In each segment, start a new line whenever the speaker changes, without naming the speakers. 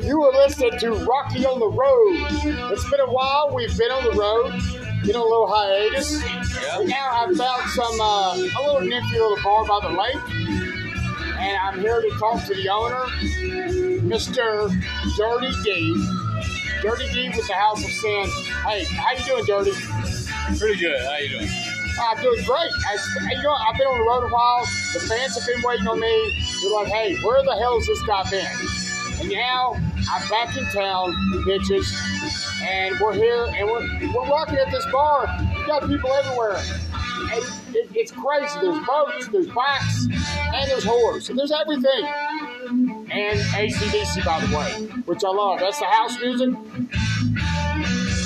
listen to Rocky on the Road. It's been a while. We've been on the road, been on a little hiatus. But now I found some uh, a little nifty little bar by the lake, and I'm here to talk to the owner, Mister Dirty D. Dirty D with the House of Sin. Hey, how you doing, Dirty?
Pretty good. How you doing?
I'm doing great. I, you know, I've been on the road a while. The fans have been waiting on me. They're like, hey, where the hell's this guy been? And now I'm back in town, bitches. And we're here and we're, we're rocking at this bar. You got people everywhere. And it, it's crazy. There's boats, there's bikes, and there's whores. And there's everything. And ACDC, by the way, which I love. That's the house music.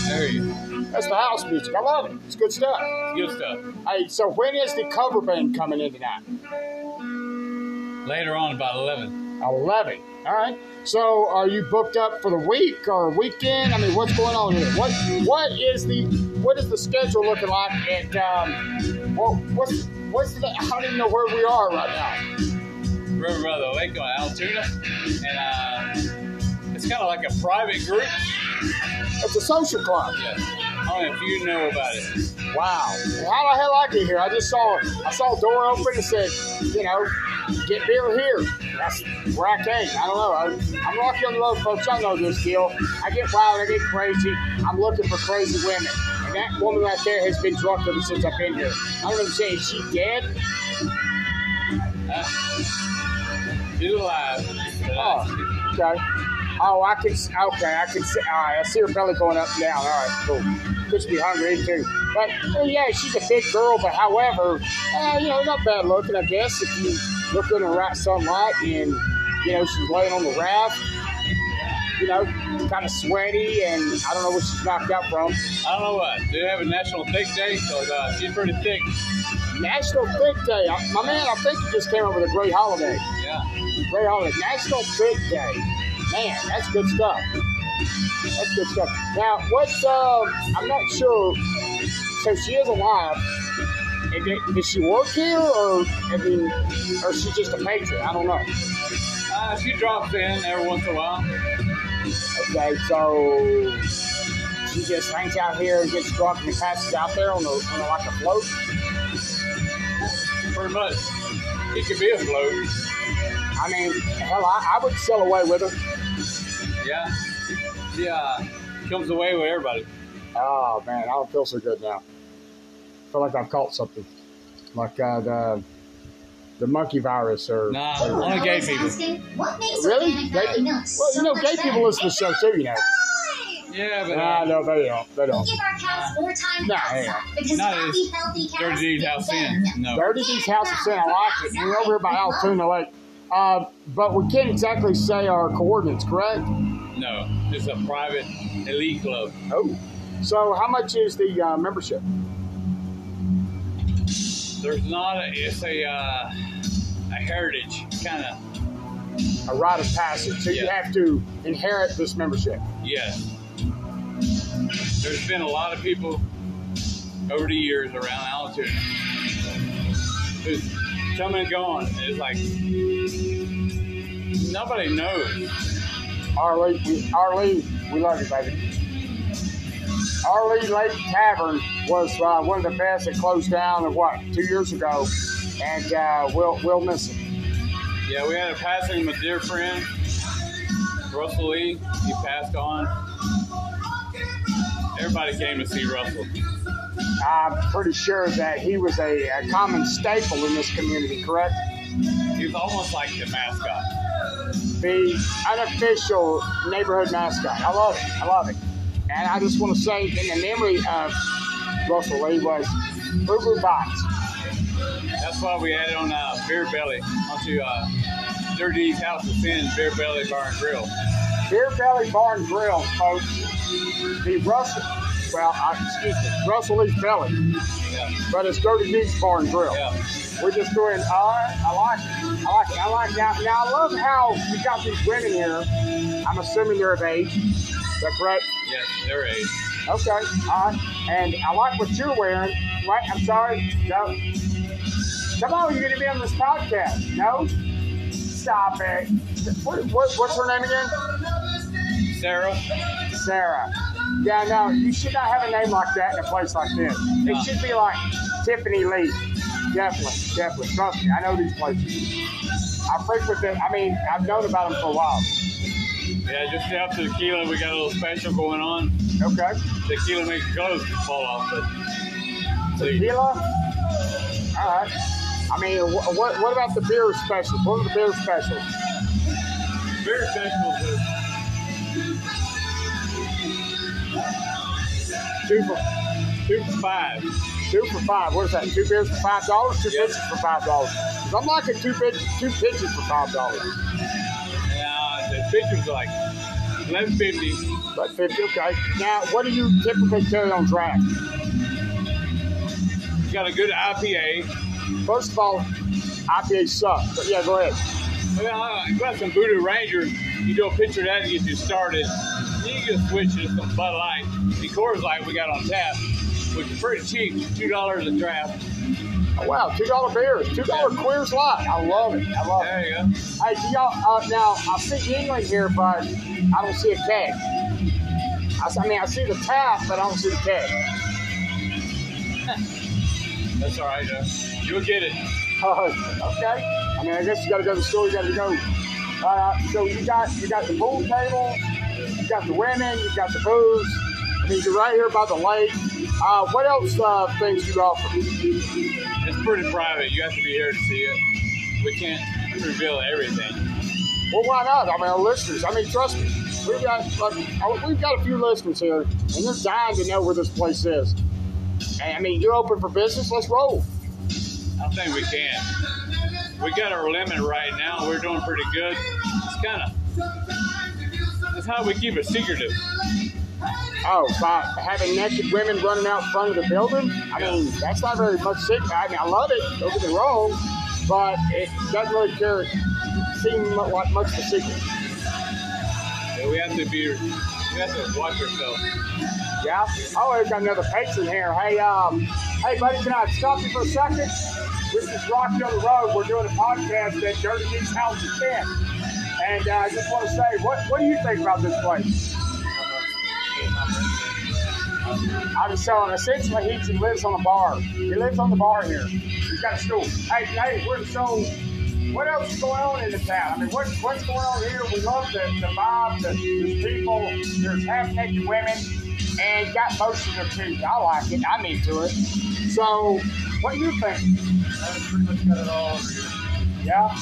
There you
That's the house music. I love it. It's good stuff.
Good stuff.
Hey, so when is the cover band coming in tonight?
Later on, about 11.
11. All right. So are you booked up for the week or weekend? I mean, what's going on here? What what is the what is the schedule looking like? And um, well, what's what's the I don't even know where we are right
River Brother Lake on Altoona. And uh, it's kind of like a private group.
now. It's a social club.
Yes. Only a few know about it.
Wow. Well, how the hell I get here? I just saw I saw a door open and said, you know, get beer here. That's where I came. I don't know. I, I'm lucky on the road, folks. I know this deal. I get wild. I get crazy. I'm looking for crazy women. And that woman right there has been drunk ever since I've been here. I don't even say is she dead.
She's alive. But, uh,
Oh, okay. Oh, I can. s- Okay, I can see. All right, I see her belly going up now. All right, cool. Just be hungry too. But uh, yeah, she's a big girl. But however, uh, you know, not bad looking, I guess. If you look in the right sunlight and you know she's laying on the raft, you know, kind of sweaty, and I don't know what she's knocked out from.
I don't know what. They have a National Thick Day, so uh, she's pretty thick.
National Big Day, I- my man. I think you just came up with a great holiday.
Yeah.
Great holiday. National Big Day. Man, that's good stuff. That's good stuff. Now, what's, uh, I'm not sure. So she is alive. And did, did she work here, or I mean, or is she just a patron? I don't know.
Uh, she drops in every once in a while.
Okay, so she just hangs out here and gets drunk and passes out there on a, on a like a float.
Pretty much. She could be a float.
I mean, hell, I, I would sail away with her.
Yeah. She uh, comes away with everybody.
Oh man, I don't feel so good now. I feel like I've caught something, like uh, the the monkey virus or.
Nah,
or-
only gay people.
What makes
Really?
organic
Gay,
ramen milk
well,
so
you know,
much
gay people
better?
listen to the show too. You know.
Yeah, but
Nah,
uh,
no, they don't. They don't.
Give our cats more time
Nah,
outside
yeah.
because
Nah,
happy, healthy cats
Dirty Deeds
get
House
better.
in. No.
Dirty D's House of Sin. I like it. And We're over here by Altoona Lake. Uh, but we can't exactly say our coordinates, correct?
No, it's a private elite club.
Oh. So, how much is the uh, membership?
There's not a, it's a uh, a heritage kind of
A rite of passage. So, you
Yeah.
have to inherit this membership.
yes. There's been a lot of people over the years around Altoona who's come and gone. and It's like nobody knows.
Arlie, we, Arlie, we love you, baby. Arlie Lake Tavern was uh, one of the best that closed down, uh, what, two years ago, and uh, we'll, we'll miss it.
Yeah, we had a passing of a dear friend, Russell Lee. He passed on. Everybody came to see Russell.
I'm pretty sure that he was a, a common staple in this community, correct?
He was almost like the mascot.
The unofficial neighborhood mascot. I love it. I love it. And I just want to say, in the memory of Russell Lee, was Boo Boo Box.
That's why we had it on uh, Beer Belly onto uh, Dirty East House of Sin Beer Belly Bar and Grill.
Beer Belly Barn Grill, folks. The Russell, well, I, excuse me, Russell Lee's Belly,
Yeah,
but it's Dirty Deeds Barn Grill.
yeah.
We're just doing, uh, I like it. I like it. I like it. Now, now, I love how you got these women here. I'm assuming they're of age. Is that correct?
Yes, there it is.
Okay. All right. And I like what you're wearing. Right? I'm sorry. No. Come on, you're going to be on this podcast. No? Stop it. What, what, what's her name again?
Sarah.
Sarah. Yeah, no, you should not have a name like that in a place like this. It
No.
should be like Tiffany Lee. Definitely, definitely. Trust me, I know these places. I frequent them. I mean, I've known about them for a while.
Yeah, just after the tequila, we got a little special going on.
Okay.
The tequila makes clothes fall off, but so you-
Tequila? All right. I mean, wh- what, what about the beer special? What are the beer specials?
beer specials is
Two for,
two for five.
two for five. What is that? Two beers for five dollars? Two
Yeah.
pitches for five dollars? I'm liking two, pitch, two pitches for five dollars.
Now the pictures like eleven fifty.
But 50, okay. Now, what do you typically carry on draft?
Got a good IPA.
First of all, IPA sucks. But yeah, go ahead.
Well, I got some Voodoo Ranger. You do a picture of that to get you started. Then you can switch to some Bud Light. The Coors Light we got on tap, which is pretty cheap, two dollars a draft.
Oh, wow, two dollar beers, two dollar queers lot. I love it. I love it.
There you go.
Hey, do y'all uh, now? I see England here, but I don't see a keg. I, s- I mean, I see the tap, but I don't see the keg.
That's all right. Uh, you'll get it.
Uh, okay. I mean, I guess you got to go to the store. You got to go. Uh, so you got you got the pool table, you got the women, you got the booze. I mean, you're right here by the lake. Uh, what else uh, things you offer?
It's pretty private. You have to be here to see it. We can't reveal everything.
Well, why not? I mean, our listeners. I mean, trust me, we've got like, I- we've got a few listeners here, and they're dying to know where this place is. And, I mean, you're open for business. Let's roll.
I don't think we can. We got our limit right now. We're doing pretty good. It's kind of that's how we keep it secretive.
Oh, by having naked women running out front of the building. I mean, that's not very much secret. I mean, I love it. Don't get me wrong, but it doesn't really care, seem mu- like much of a secret.
Yeah, we have to be. We have to watch ourselves.
Yeah. Oh, we've got another patron here. Hey, um, hey, buddy, can I stop you for a second? This is Rocky on the Road. We're doing a podcast at Dirty Geeks House of Ten. And uh, I just want to say, what, what do you think about this place? I was telling, essentially, he just lives on a bar. He lives on the bar here. He's got a stool. Hey, hey, we're so. What else is going on in the town? I mean, what, what's going on here? We love the, the vibe, the, the people. There's half naked women, and got most of their food. I like it. I'm into it. So, what do you think? Yeah.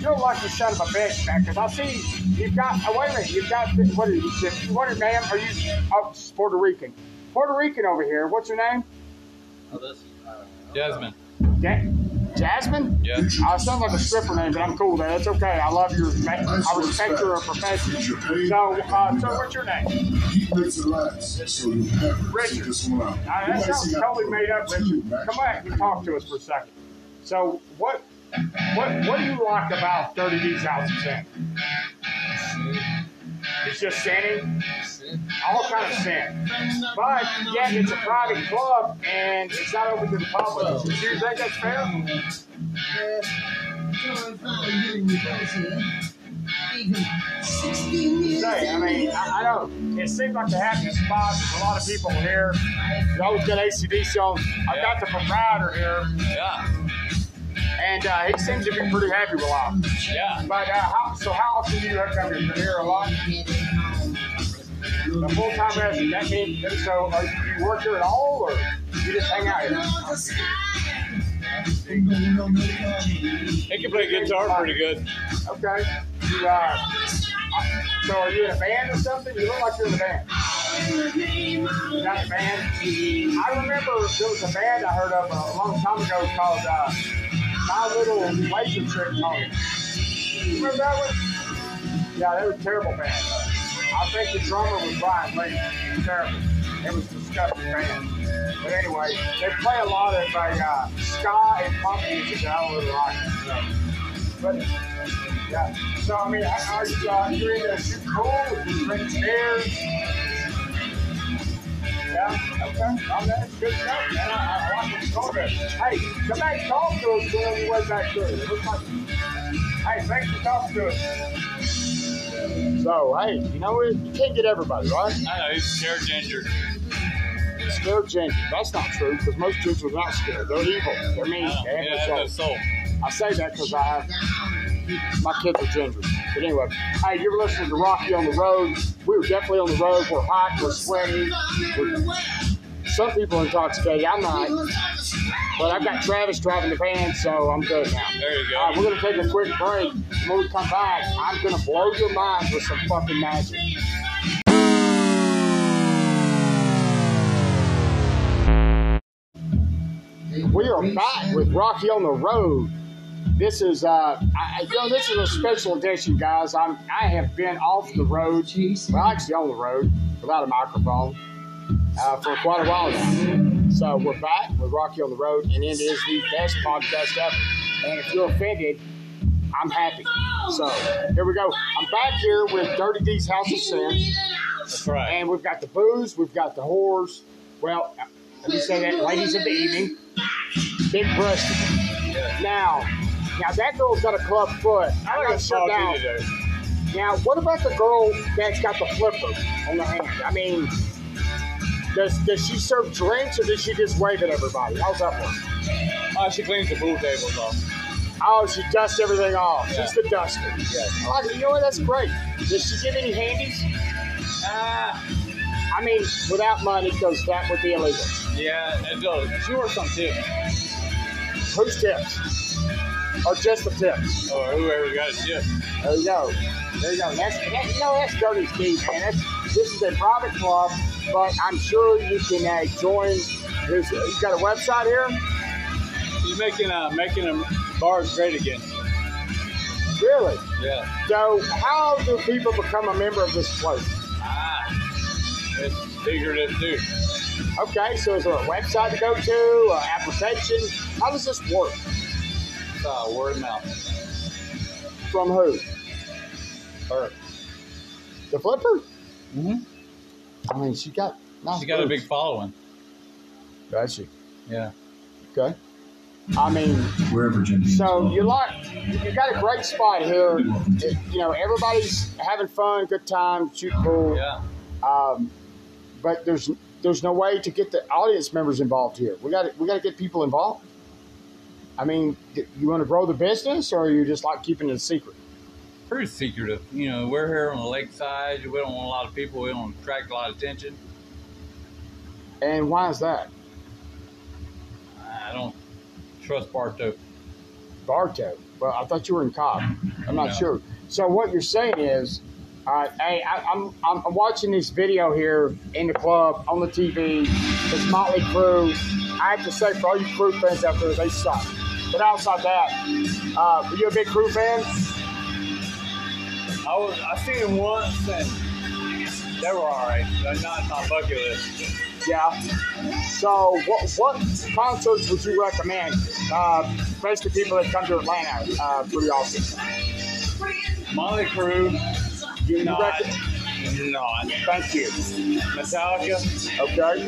You're a lucky son of a bitch, man, because I see you've got, oh, wait a minute, you've got, the- what is it, what is ma'am, are you, oh, it's Puerto Rican. Puerto Rican over here, what's her name?
Jasmine.
Ja- Jasmine?
Yeah.
I sound like a stripper name, but I'm cool with that. It's okay. I love your, I respect your profession. So, uh, so what's your name?
He picks it last, so you'll never see
Richard.
this one out.
Now, that sounds totally made up, Richard. Come back and talk to us for a second. So, what, what, what do you like about Dirty D's House of Sin? It's just sinning, all kind of sin. But yet, it's a private club and it's not open to the public. Do you think that's fair? say. I mean, I, I don't. It seems like they have this spot. A lot of people here. They always get ACDC on. I've got the proprietor here,
Yeah.
and uh, he seems to be pretty happy with life.
Yeah.
But uh, how, so, how often do you come here? You're here a lot. The full time resident. That means and so. Are, you- do you work here at all, or you just hang out here?
He can play guitar pretty good.
Okay. You, uh, so, are you in a band or something? You look like you're in a band. You're not in a band. I remember there was a band I heard of a long time ago called uh, My Little Relationship Pony. You remember that one? Yeah, they were a terrible band. I think the drummer was Brian Lee. Terrible. It was a disgusting band. But anyway, they play a lot of like, uh, ska and punk music, and I don't really like it. So. But yeah. So I mean, I, are you uh, you're in a shoot cool with the drink chairs? Yeah. Okay. All that good stuff, man. I, I like what's going on. Hey, come back and talk to us when we way back through. It looks like.
Hey, thanks for talking to us.
So, hey, you know what? You can't get everybody, right?
I know, he's scared ginger.
Scared ginger. That's not true because most gingers are not scared. They're evil. They're mean.
Yeah,
They
Oh, yeah,
have no
that's
soul.
a soul.
I say that because I have my kids are ginger. But anyway, hey, you were listening to Rocky on the road. We were definitely on the road. We're hot. We're sweaty. Some people are intoxicated. I'm not. But I've got Travis driving the van, so I'm good now.
There you go.
All right, we're gonna take a quick break. When we come back, I'm gonna blow your mind with some fucking magic. We are back with Rocky on the road. This is uh, I, I- you know, this is a special edition, guys. I'm I have been off the road, well, actually on the road without a microphone uh, for quite a while now. So we're back with Rocky on the road, and it is the best podcast ever. And if you're offended, I'm happy. So here we go. I'm back here with Dirty D's House of Sin.
That's right.
And we've got the booze, we've got the whores. Well, let me say that, ladies of the evening, big breasted. Now, now that girl's got a club foot.
I
I
like
gotta
a
shut
small
down.
kitty though.
Now, what about the girl that's got the flipper on the hand? I mean, does does she serve drinks or does she just wave at everybody? How's that work?
Oh, she cleans the pool tables off.
Oh, she dusts everything off.
Yeah.
She's the duster.
Yeah.
I like it. You know what? That's great. Does she give any handies?
Ah,
I mean, without money, because that would be illegal.
yeah, it does. She works on tips,
Who's tips? Or just the tips?
or whoever got a tip.
There you go. There you go. That's that, you know that's dirty Steve, man. That's this is a private club, but I'm sure you can uh, join. There's, you got a website here?
She's making uh, making them bars great again.
Really?
Yeah.
So how do people become a member of this place?
Ah, it's figurative too.
Okay, so is there a website to go to? An application? How does this work?
It's uh, word of mouth.
From who?
Her.
The flipper?
Mhm.
I mean, she got. nice
She's got a
boobs.
big following.
Got she?
Yeah.
Okay. I mean,
Wherever Jim Beam
So
is.
you like you got a great spot here. You know everybody's having fun, good time, shooting pool.
Yeah.
Um, but there's there's no way to get the audience members involved here. We got we got to get people involved. I mean, d- you want to grow the business, or you just like keeping it a secret?
Pretty secretive. You know, we're here on the lakeside. We don't want a lot of people. We don't attract a lot of attention.
And why is that,
I don't trust Bartow.
Bartow? Well, I thought you were in Cobb. I'm not
No.
sure. So what you're saying is, all right, hey, I, I'm, I'm I'm watching this video here in the club on the TV. It's Motley Crue. I have to say for all you Crue fans out there, they suck. But outside that, uh, are you a big Crue fan?
I was I seen it once and they were all right. They're not my bucket list.
Yeah. So what what concerts would you recommend? Uh, basically, people that come to Atlanta uh, pretty often.
Molly Crew,
You, you
not,
reckon-
not.
Thank you.
Metallica,
Okay.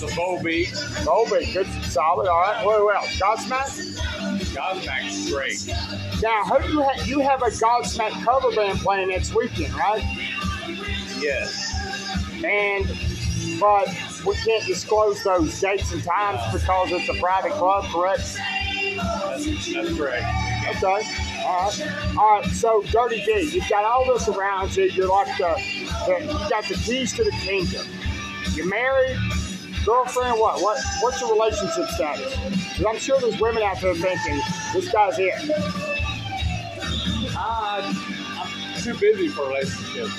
the Bowl Beat,
Colby, good, solid. All right. Well, well, Godsmack.
Godsmack's great.
Now, who do you have? You have a Godsmack cover band playing next weekend, right?
Yes.
And but we can't disclose those dates and times because it's a private club, correct?
That's, that's great.
Okay. All right. Uh, All right. So, Dirty D, you've got all this around you. You're like the, the you got the keys to the kingdom. You're married, girlfriend. What? What? What's your relationship status? 'Cause I'm sure there's women out there thinking this guy's it.
I, I'm too busy for relationships.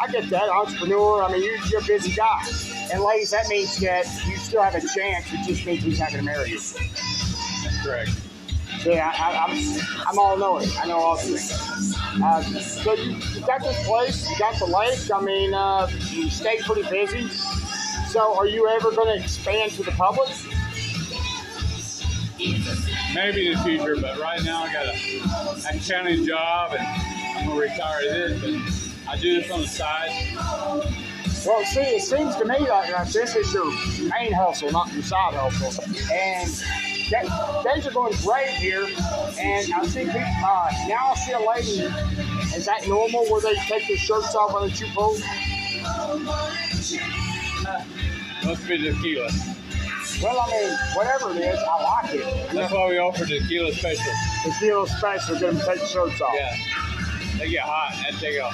I get that, entrepreneur. I mean, you're, you're a busy guy. And ladies, that means that you still have a chance. It just means he's not going to marry you.
That's correct.
See, I, I, I'm, I'm all knowing. I know all things. Uh, so you, you got this place, you got the lake. I mean, uh, you stay pretty busy. So are you ever going to expand to the public?
Maybe in the future, but right now I got a accounting job and I'm gonna retire this. But I do this on the side.
Well, see, it seems to me like, like this is your main hustle, not your side hustle. And
Th- Things are going great here, and I see people, uh, now I see a lady. Is that normal where they take their shirts off when they shoot pool?
Must be the tequila.
Well, I mean, whatever it is, I like it.
That's why we offer the tequila special.
It's a little special, them take the shirts off.
Yeah. They get hot and they go.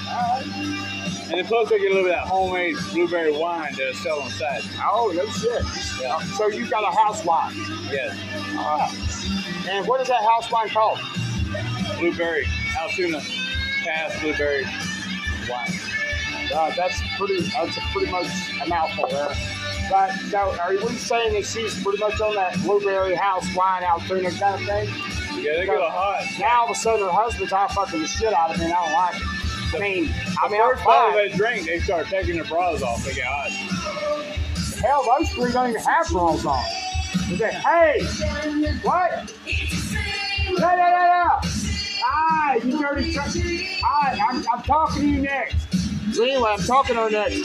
And then plus they get a little bit of that homemade blueberry wine they sell on the side.
Oh, no shit.
Yeah.
So you got a house wine.
Yes.
And what is that house wine called?
Blueberry. Altoona. Pass blueberry wine.
Uh, that's pretty. That's a pretty much a mouthful there. But so, are you saying that she's pretty much on that blueberry house wine Altoona kind of thing?
Yeah, they get a hot.
Now all of a sudden her husband's all fucking the shit out of me, and I don't like it. I mean, I mean, I'm
First bottle
fine.
they drink, they start taking their bras off. They get hot.
Hell, those three don't even have bras on. They say, hey, what? No, no, no, no. Ah, you dirty truck. Ah, I'm, I'm talking to you next. So anyway, I'm talking to her next.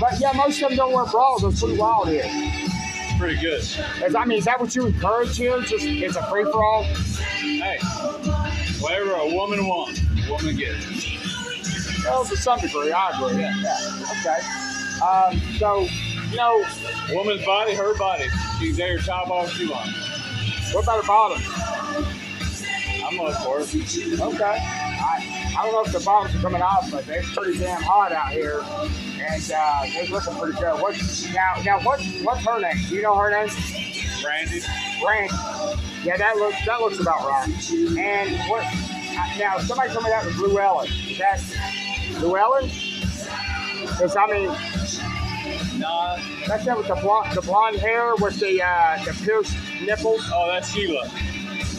But yeah, most of them don't wear bras. It's pretty wild here.
Pretty good.
Is, I mean, is that what you encourage here? Just it's a free for all.
Hey, whatever a woman wants, a woman gets.
Well, to some degree, I agree. Yeah. yeah. Okay. Um, so, you know,
Woman's body, her body. She's there, top off, she wants.
what about the bottom?
I'm all for it.
Okay. I, I don't know if the bottoms are coming off, but it's pretty damn hot out here, and uh, it's looking pretty good. What now? Now what? What's her name? Do you know her name?
Brandy.
Brandy. Yeah, that looks that looks about right. And what? Now somebody told me that was Llewellyn. Is that Llewellyn? Because I mean,
Nah.
That's that with the blonde, the blonde hair with the uh, the pierced nipples.
Oh, that's Sheila.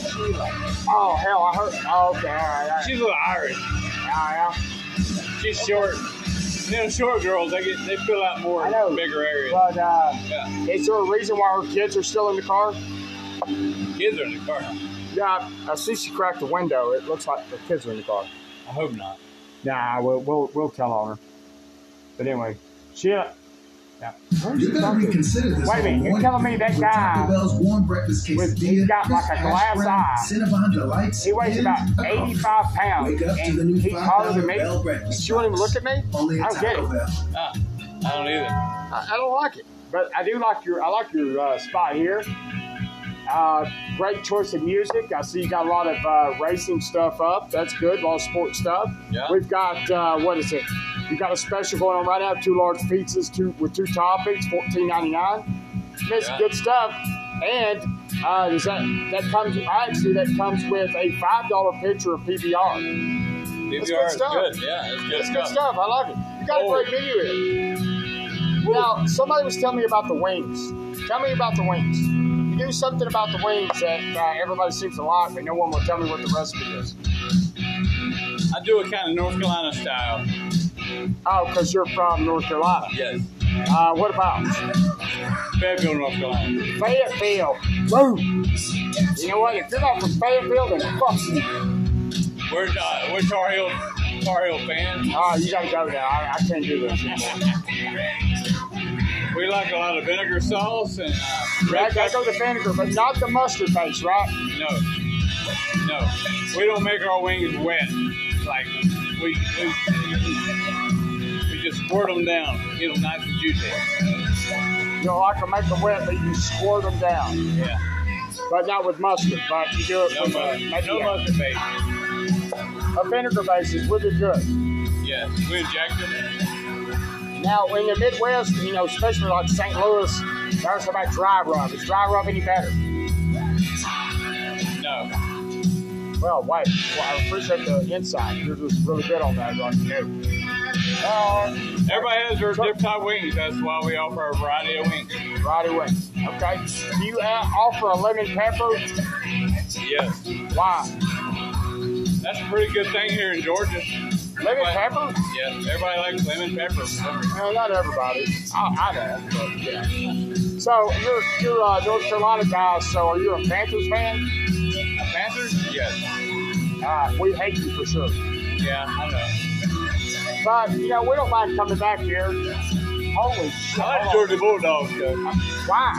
Oh hell, I heard. Oh, okay, all right, all right.
She's a little Irish.
Yeah,
She's short. You know, short girls, they get they fill out more
I know.
bigger
yeah.
areas.
But uh,
yeah.
is there a reason why her kids are still in the car?
Kids are in the car.
Yeah, I see she cracked the window. It looks like the kids are in the car.
I hope not.
Nah, we'll we'll, we'll tell on her. But anyway, she. uh, Yeah. Where's
You
she
better
talking?
reconsider this.
Wait a minute,
whole
you're
one
telling me that
with
guy
Taco Bell's warm breakfast
with-
quesadilla,
he's got like a
crisp
glass
hash brown,
eye.
sitting behind the lights.
He weighs
and
about
a coffee.
85 pounds,
Wake up to the
and
new
he's taller than
$5
me.
Bell breakfast.
She won't even look at me.
Only
I
at
don't get it.
Taco Bell.
Ah, I don't either.
I, I don't like it, but I do like your I like your uh, spot here. Uh, great choice of music. I see you got a lot of uh, racing stuff up. That's good. A lot of sports stuff.
Yeah.
We've got uh, what is it? You got a special going on right now. Two large pizzas, two with two toppings, fourteen ninety nine. That's
Yeah.
good stuff. And uh, does that that comes actually that comes with a five dollar pitcher of PBR. That's good
DVR is
stuff.
good. Yeah, it's good
Good
stuff.
stuff. I love it. You got
Oh.
a great menu here. Now, somebody was telling me about the wings. Tell me about the wings. You do something about the wings that uh, everybody seems to like, but no one will tell me what the recipe is.
I do it kind of North Carolina style.
Oh, because you're from North Carolina.
Yes.
Uh, what about
Fayetteville, North Carolina.
Fayetteville? Boom. You know what? If you're not from Fayetteville, then fuck you.
We're uh, we're Tar Heel Tar Heel fans.
Oh, you gotta go now. I, I can't do this anymore.
We like a lot of vinegar sauce and uh,
I
red
gotta
pepper.
go to vinegar, but not the mustard base, right?
No, no. We don't make our wings wet. Like we we, we just squirt them down. Get them nice and juicy.
You know, I can make them wet, but you squirt them down.
Yeah.
But not with mustard, but you do it
No
with uh,
mustard.
maybe
No
a-
mustard base.
a vinegar base is really good.
Yes. We inject them.
Now, in the Midwest, you know, especially like St. Louis, there's about dry rub. Is dry rub any better?
No.
Well, wait. Well, I appreciate the insight. You're just really good on that, like you know. Uh,
Everybody has their different type of wings. That's why we offer a variety of wings.
right away. Okay. Do you uh, offer a lemon pepper?
Yes.
Why?
That's a pretty good thing here in Georgia.
Lemon pepper?
Yes. Everybody likes lemon pepper.
Well, not everybody. I, I know. But, yeah. So, you're, you're a North Carolina guy, so are you a Panthers fan?
Panthers? Yes.
Uh, we hate you for sure.
Yeah, I know.
But, you know, we don't mind coming back here. Holy shit.
I like Georgia Bulldogs, though.
Why?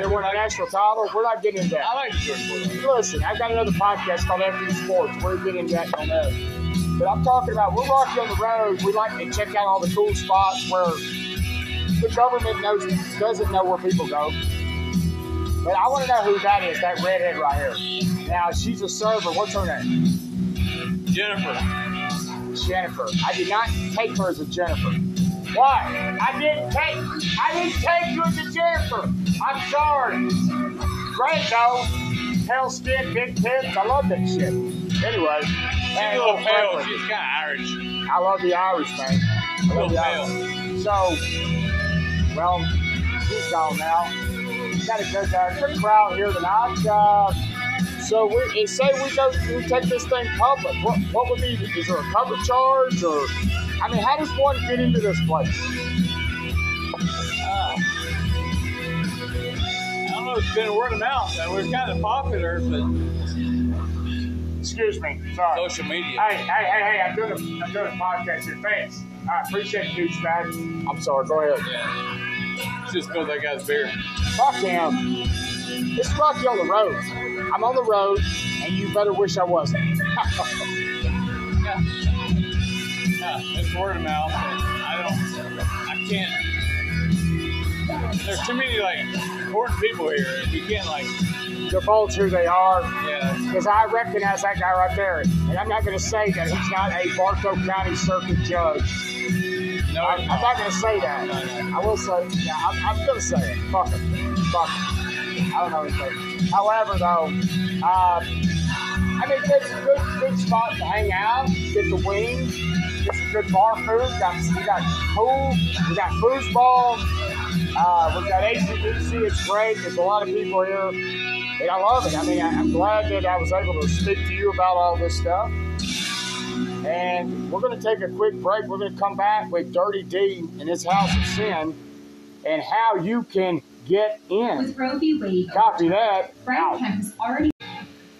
They won a national title. We're not getting into
I
that.
like the Georgia Bulldogs.
Listen, I've got another podcast called Every Sports. We're getting into that on that. But I'm talking about we're rocky on the road. We like to check out all the cool spots where the government knows doesn't know where people go. But I want to know who that is, that redhead right here. Now she's a server. What's her name?
Jennifer,
Jennifer. I did not take her as a Jennifer. Why? I didn't take I didn't take you as a Jennifer. I'm sorry. Great though. Pale skin, big tits. I love that shit. Anyway,
she's
man,
a little
Old
pale.
Franklin.
She's kind of Irish.
I love the Irish, man. I love
Little
the
pale.
Irish. So, well, he's gone now. Got a good, uh, good crowd here tonight. Uh, so we and say we go, we take this thing public. What, what would be? Is there a cover charge, or I mean, how does one get into this place?
I don't know. It's been word of mouth. It was kind of popular, but
Excuse me. Sorry.
social media.
Hey, hey, hey, hey! I'm doing a, I'm doing a podcast here. Thanks. I appreciate you, douchebag. I'm sorry. Go ahead.
Yeah. Just because I got his beer.
Fuck him. It's rocky on the road. I'm on the road, and you better wish I wasn't.
Yeah. Yeah, it's word of mouth. I don't. I can't. There's too many like important people here. We can't like.
They're both who they are,
Yeah.
because I recognize that guy right there. And I'm not going to say that he's not a Bartow County Circuit Judge.
No.
I, I'm not going to say that. I will say, yeah, I'm, I'm going to say it. Fuck it. Fuck it. I don't know anything. However, though, uh, I mean, it's a good, good spot to hang out, get the wings, get some good bar food. Got, we got pool, we got foosball, uh, we got ACDC. It's great. There's a lot of people here, and I love it. I mean, I, I'm glad that I was able to speak to you about all this stuff. And we're going to take a quick break. We're going to come back with Dirty D in his house of sin and how you can get in.
With Roe v. Wade,
Copy that. Out.
Brown has already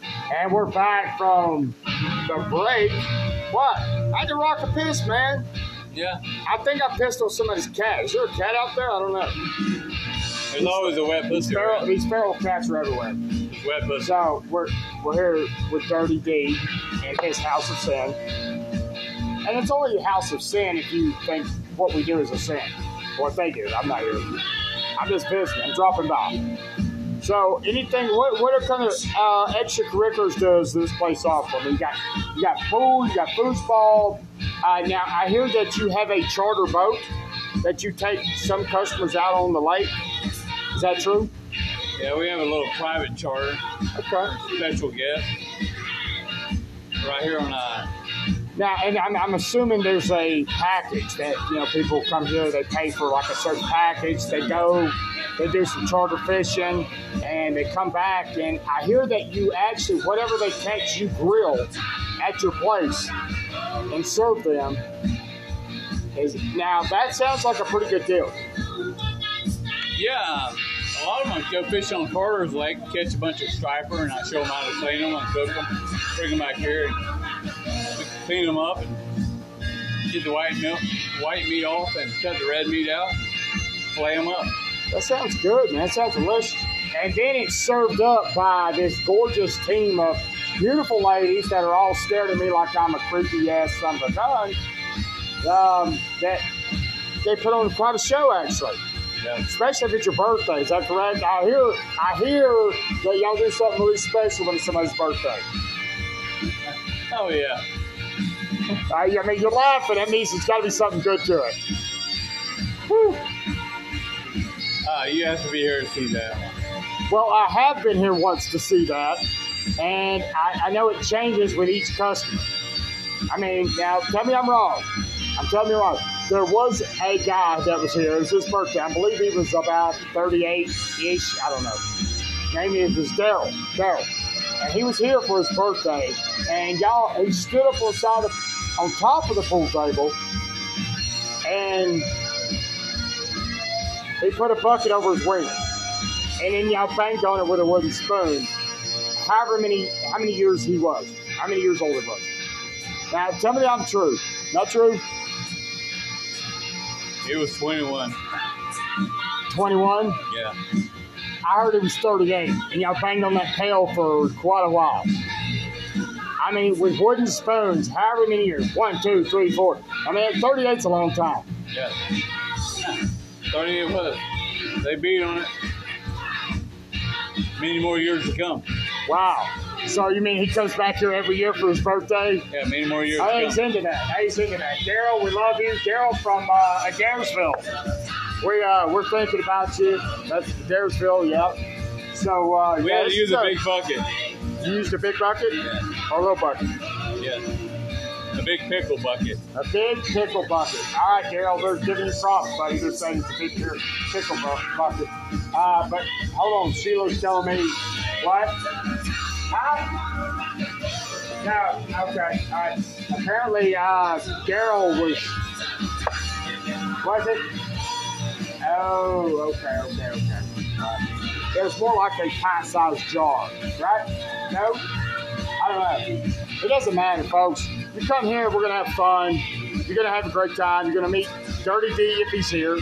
And we're back from the break. What? I had to rock a piss, man.
Yeah.
I think I pissed on somebody's cat. Is there a cat out there? I don't know.
There's always a wet pussy.
Feral,
around.
these feral cats are everywhere.
There's Wet pussy.
So we're we're here with Dirty D and his House of Sin. And it's only a House of Sin if you think what we do is a sin. What they do, I'm not here. I'm just busy. I'm dropping by. So anything, what, what are kind of uh, extracurriculars does this place offer? I mean, you got you got food, you got foosball. Uh, now I hear that you have a charter boat that you take some customers out on the lake. Is that true?
Yeah, we have a little private charter,
Okay.
special guest, right here on uh,
Now, and I'm, I'm assuming there's a package that you know people come here, they pay for like a certain package, they go, they do some charter fishing, and they come back. And I hear that you actually whatever they catch, you grill at your place and serve them. Is now that sounds like a pretty good deal.
Yeah, a lot of them go fish on Carter's Lake, catch a bunch of striper, and I show them how to clean them and cook them, bring them back here, and we clean them up and get the white milk, white meat off, and cut the red meat out, flay them up.
That sounds good, man. That sounds delicious. And then it's served up by this gorgeous team of beautiful ladies that are all staring at me like I'm a creepy ass son of a gun. Um, that they put on quite a show, actually.
Yeah.
Especially if it's your birthday. Is that correct? I hear, I hear that y'all do something really special when it's somebody's birthday.
Oh yeah,
I, I mean, you're laughing. That means it's got to be something good to it. Whew.
uh, you have to be here to see that.
Well, I have been here once to see that, and I, I know it changes with each customer. I mean, now tell me I'm wrong. I'm telling you wrong. There was a guy that was here. It was his birthday. I believe he was about 38 ish. I don't know. Name is was Daryl. Daryl. And he was here for his birthday. And y'all, he stood up on, side of, on top of the pool table and he put a bucket over his wiener and then y'all banged on it with a wooden spoon. However many, how many years he was, how many years old he was. Now tell me I'm true. Not true.
He was 21.
21.
Yeah,
I heard it was 38, and y'all banged on that pail for quite a while. I mean, with wooden spoons, however many years, one, two, three, four. I mean, 38's a long time.
Yeah. Thirty-eight was. They beat on it. Many more years to come.
Wow. So you mean he comes back here every year for his birthday?
Yeah, many more years
I
to
ain't
come.
into that. I ain't into that. Daryl, we love you. Daryl from uh, Adairsville. We uh, we're thinking about you. That's Adairsville, yep. So uh,
We
yeah,
had to
this
use
is
a big bucket.
You used a big bucket or a little bucket?
Yeah. A big pickle bucket.
A big pickle bucket. All right, Daryl, we're giving you props, buddy. They're saying it's a big pier- pickle bu- bucket. Uh, but hold on, Sheila's telling me what? Huh? No, okay, all right. Apparently, uh, Daryl was. Was it? Oh, okay, okay, okay. All right. It was more like a pint sized jar, right? No? I don't know. It doesn't matter, folks. You come here, we're gonna have fun. You're gonna have a great time. You're gonna meet Dirty D if he's here.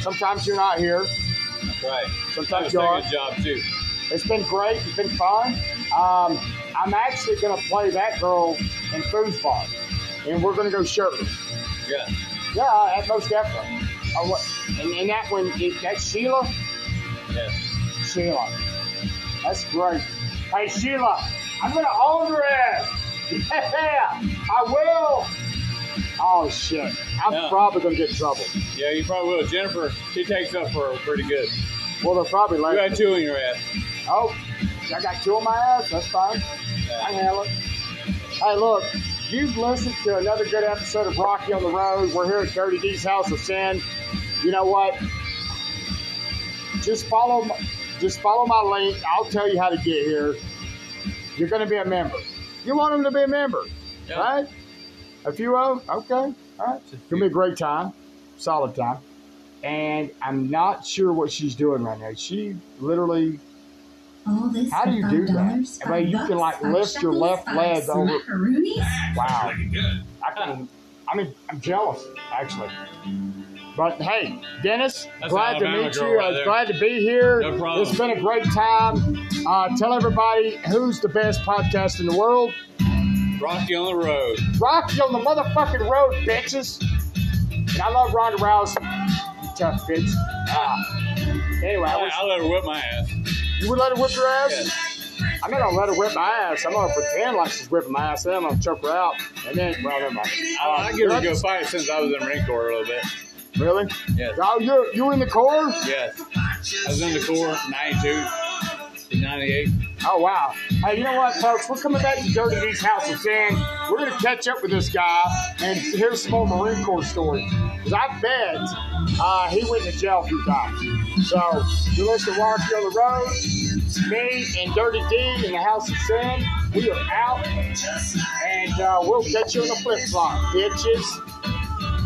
Sometimes you're not here.
That's right.
Sometimes
That
you
was
are.
a job too.
It's been great. It's been fun. Um, I'm actually gonna play that girl in foosball, and we're gonna go shirtless.
Yeah.
Yeah, at most definitely. Oh, what? And, and that one, is that Sheila.
Yeah.
Sheila. That's great. Hey, Sheila, I'm going to own her ass. Yeah, I will. Oh, shit. I'm
Yeah.
probably going to get in trouble.
Yeah, you probably will. Jennifer, she takes up for her pretty good.
Well, they'll probably
You
let
had
me.
two in your ass.
Oh, I got two on my ass. That's fine. I can handle it. Hey, look, you've listened to another good episode of Rocky on the Road. We're here at Dirty D's House of Sin. You know what? Just follow, my, just follow my link. I'll tell you how to get here. You're going to be a member. You want them to be a member,
Yeah.
right? A few of 'em? Okay. All right. It's going to be a great time. Solid time. And I'm not sure what she's doing right now. She literally
All this
How do you
for
do that?
$5,
I mean, you
$5,
can, like,
$5
lift your
shekels,
left
$5
leg over-
macaroonies?
Wow. I can I mean, I'm jealous, actually. But hey, Dennis,
That's
glad to
Alabama
meet
girl
you.
right
Uh,
there.
glad to be here.
No problem.
It's been a great time. Uh, tell everybody who's the best podcast in the world.
Rocky on the road.
Rocky on the motherfucking road, bitches. And I love Ronda Rousey. Tough bitch. Ah. Anyway, I
I,
wish
I let her whip my ass.
you would let her whip your ass. I'm not gonna let her whip my ass. I'm gonna pretend like she's whipping my ass, and I'm gonna choke her out. And then, well, never mind.
I, I
Um,
give her a good fight since I was in Marine Corps a little bit.
Really?
Yes.
Oh, you you in the core?
Yes. I was in the Corps, 92 to 98.
Oh wow! Hey, you know what, folks? We're coming back to Dirty Dee's House of Sin. We're gonna catch up with this guy and hear some more Marine Corps stories. 'Cause I bet uh, he went to jail a few times. So you listen to Rocky on the Road, me and Dirty D in the House of Sin. We are out, and uh, we'll catch you on the flip flop, bitches.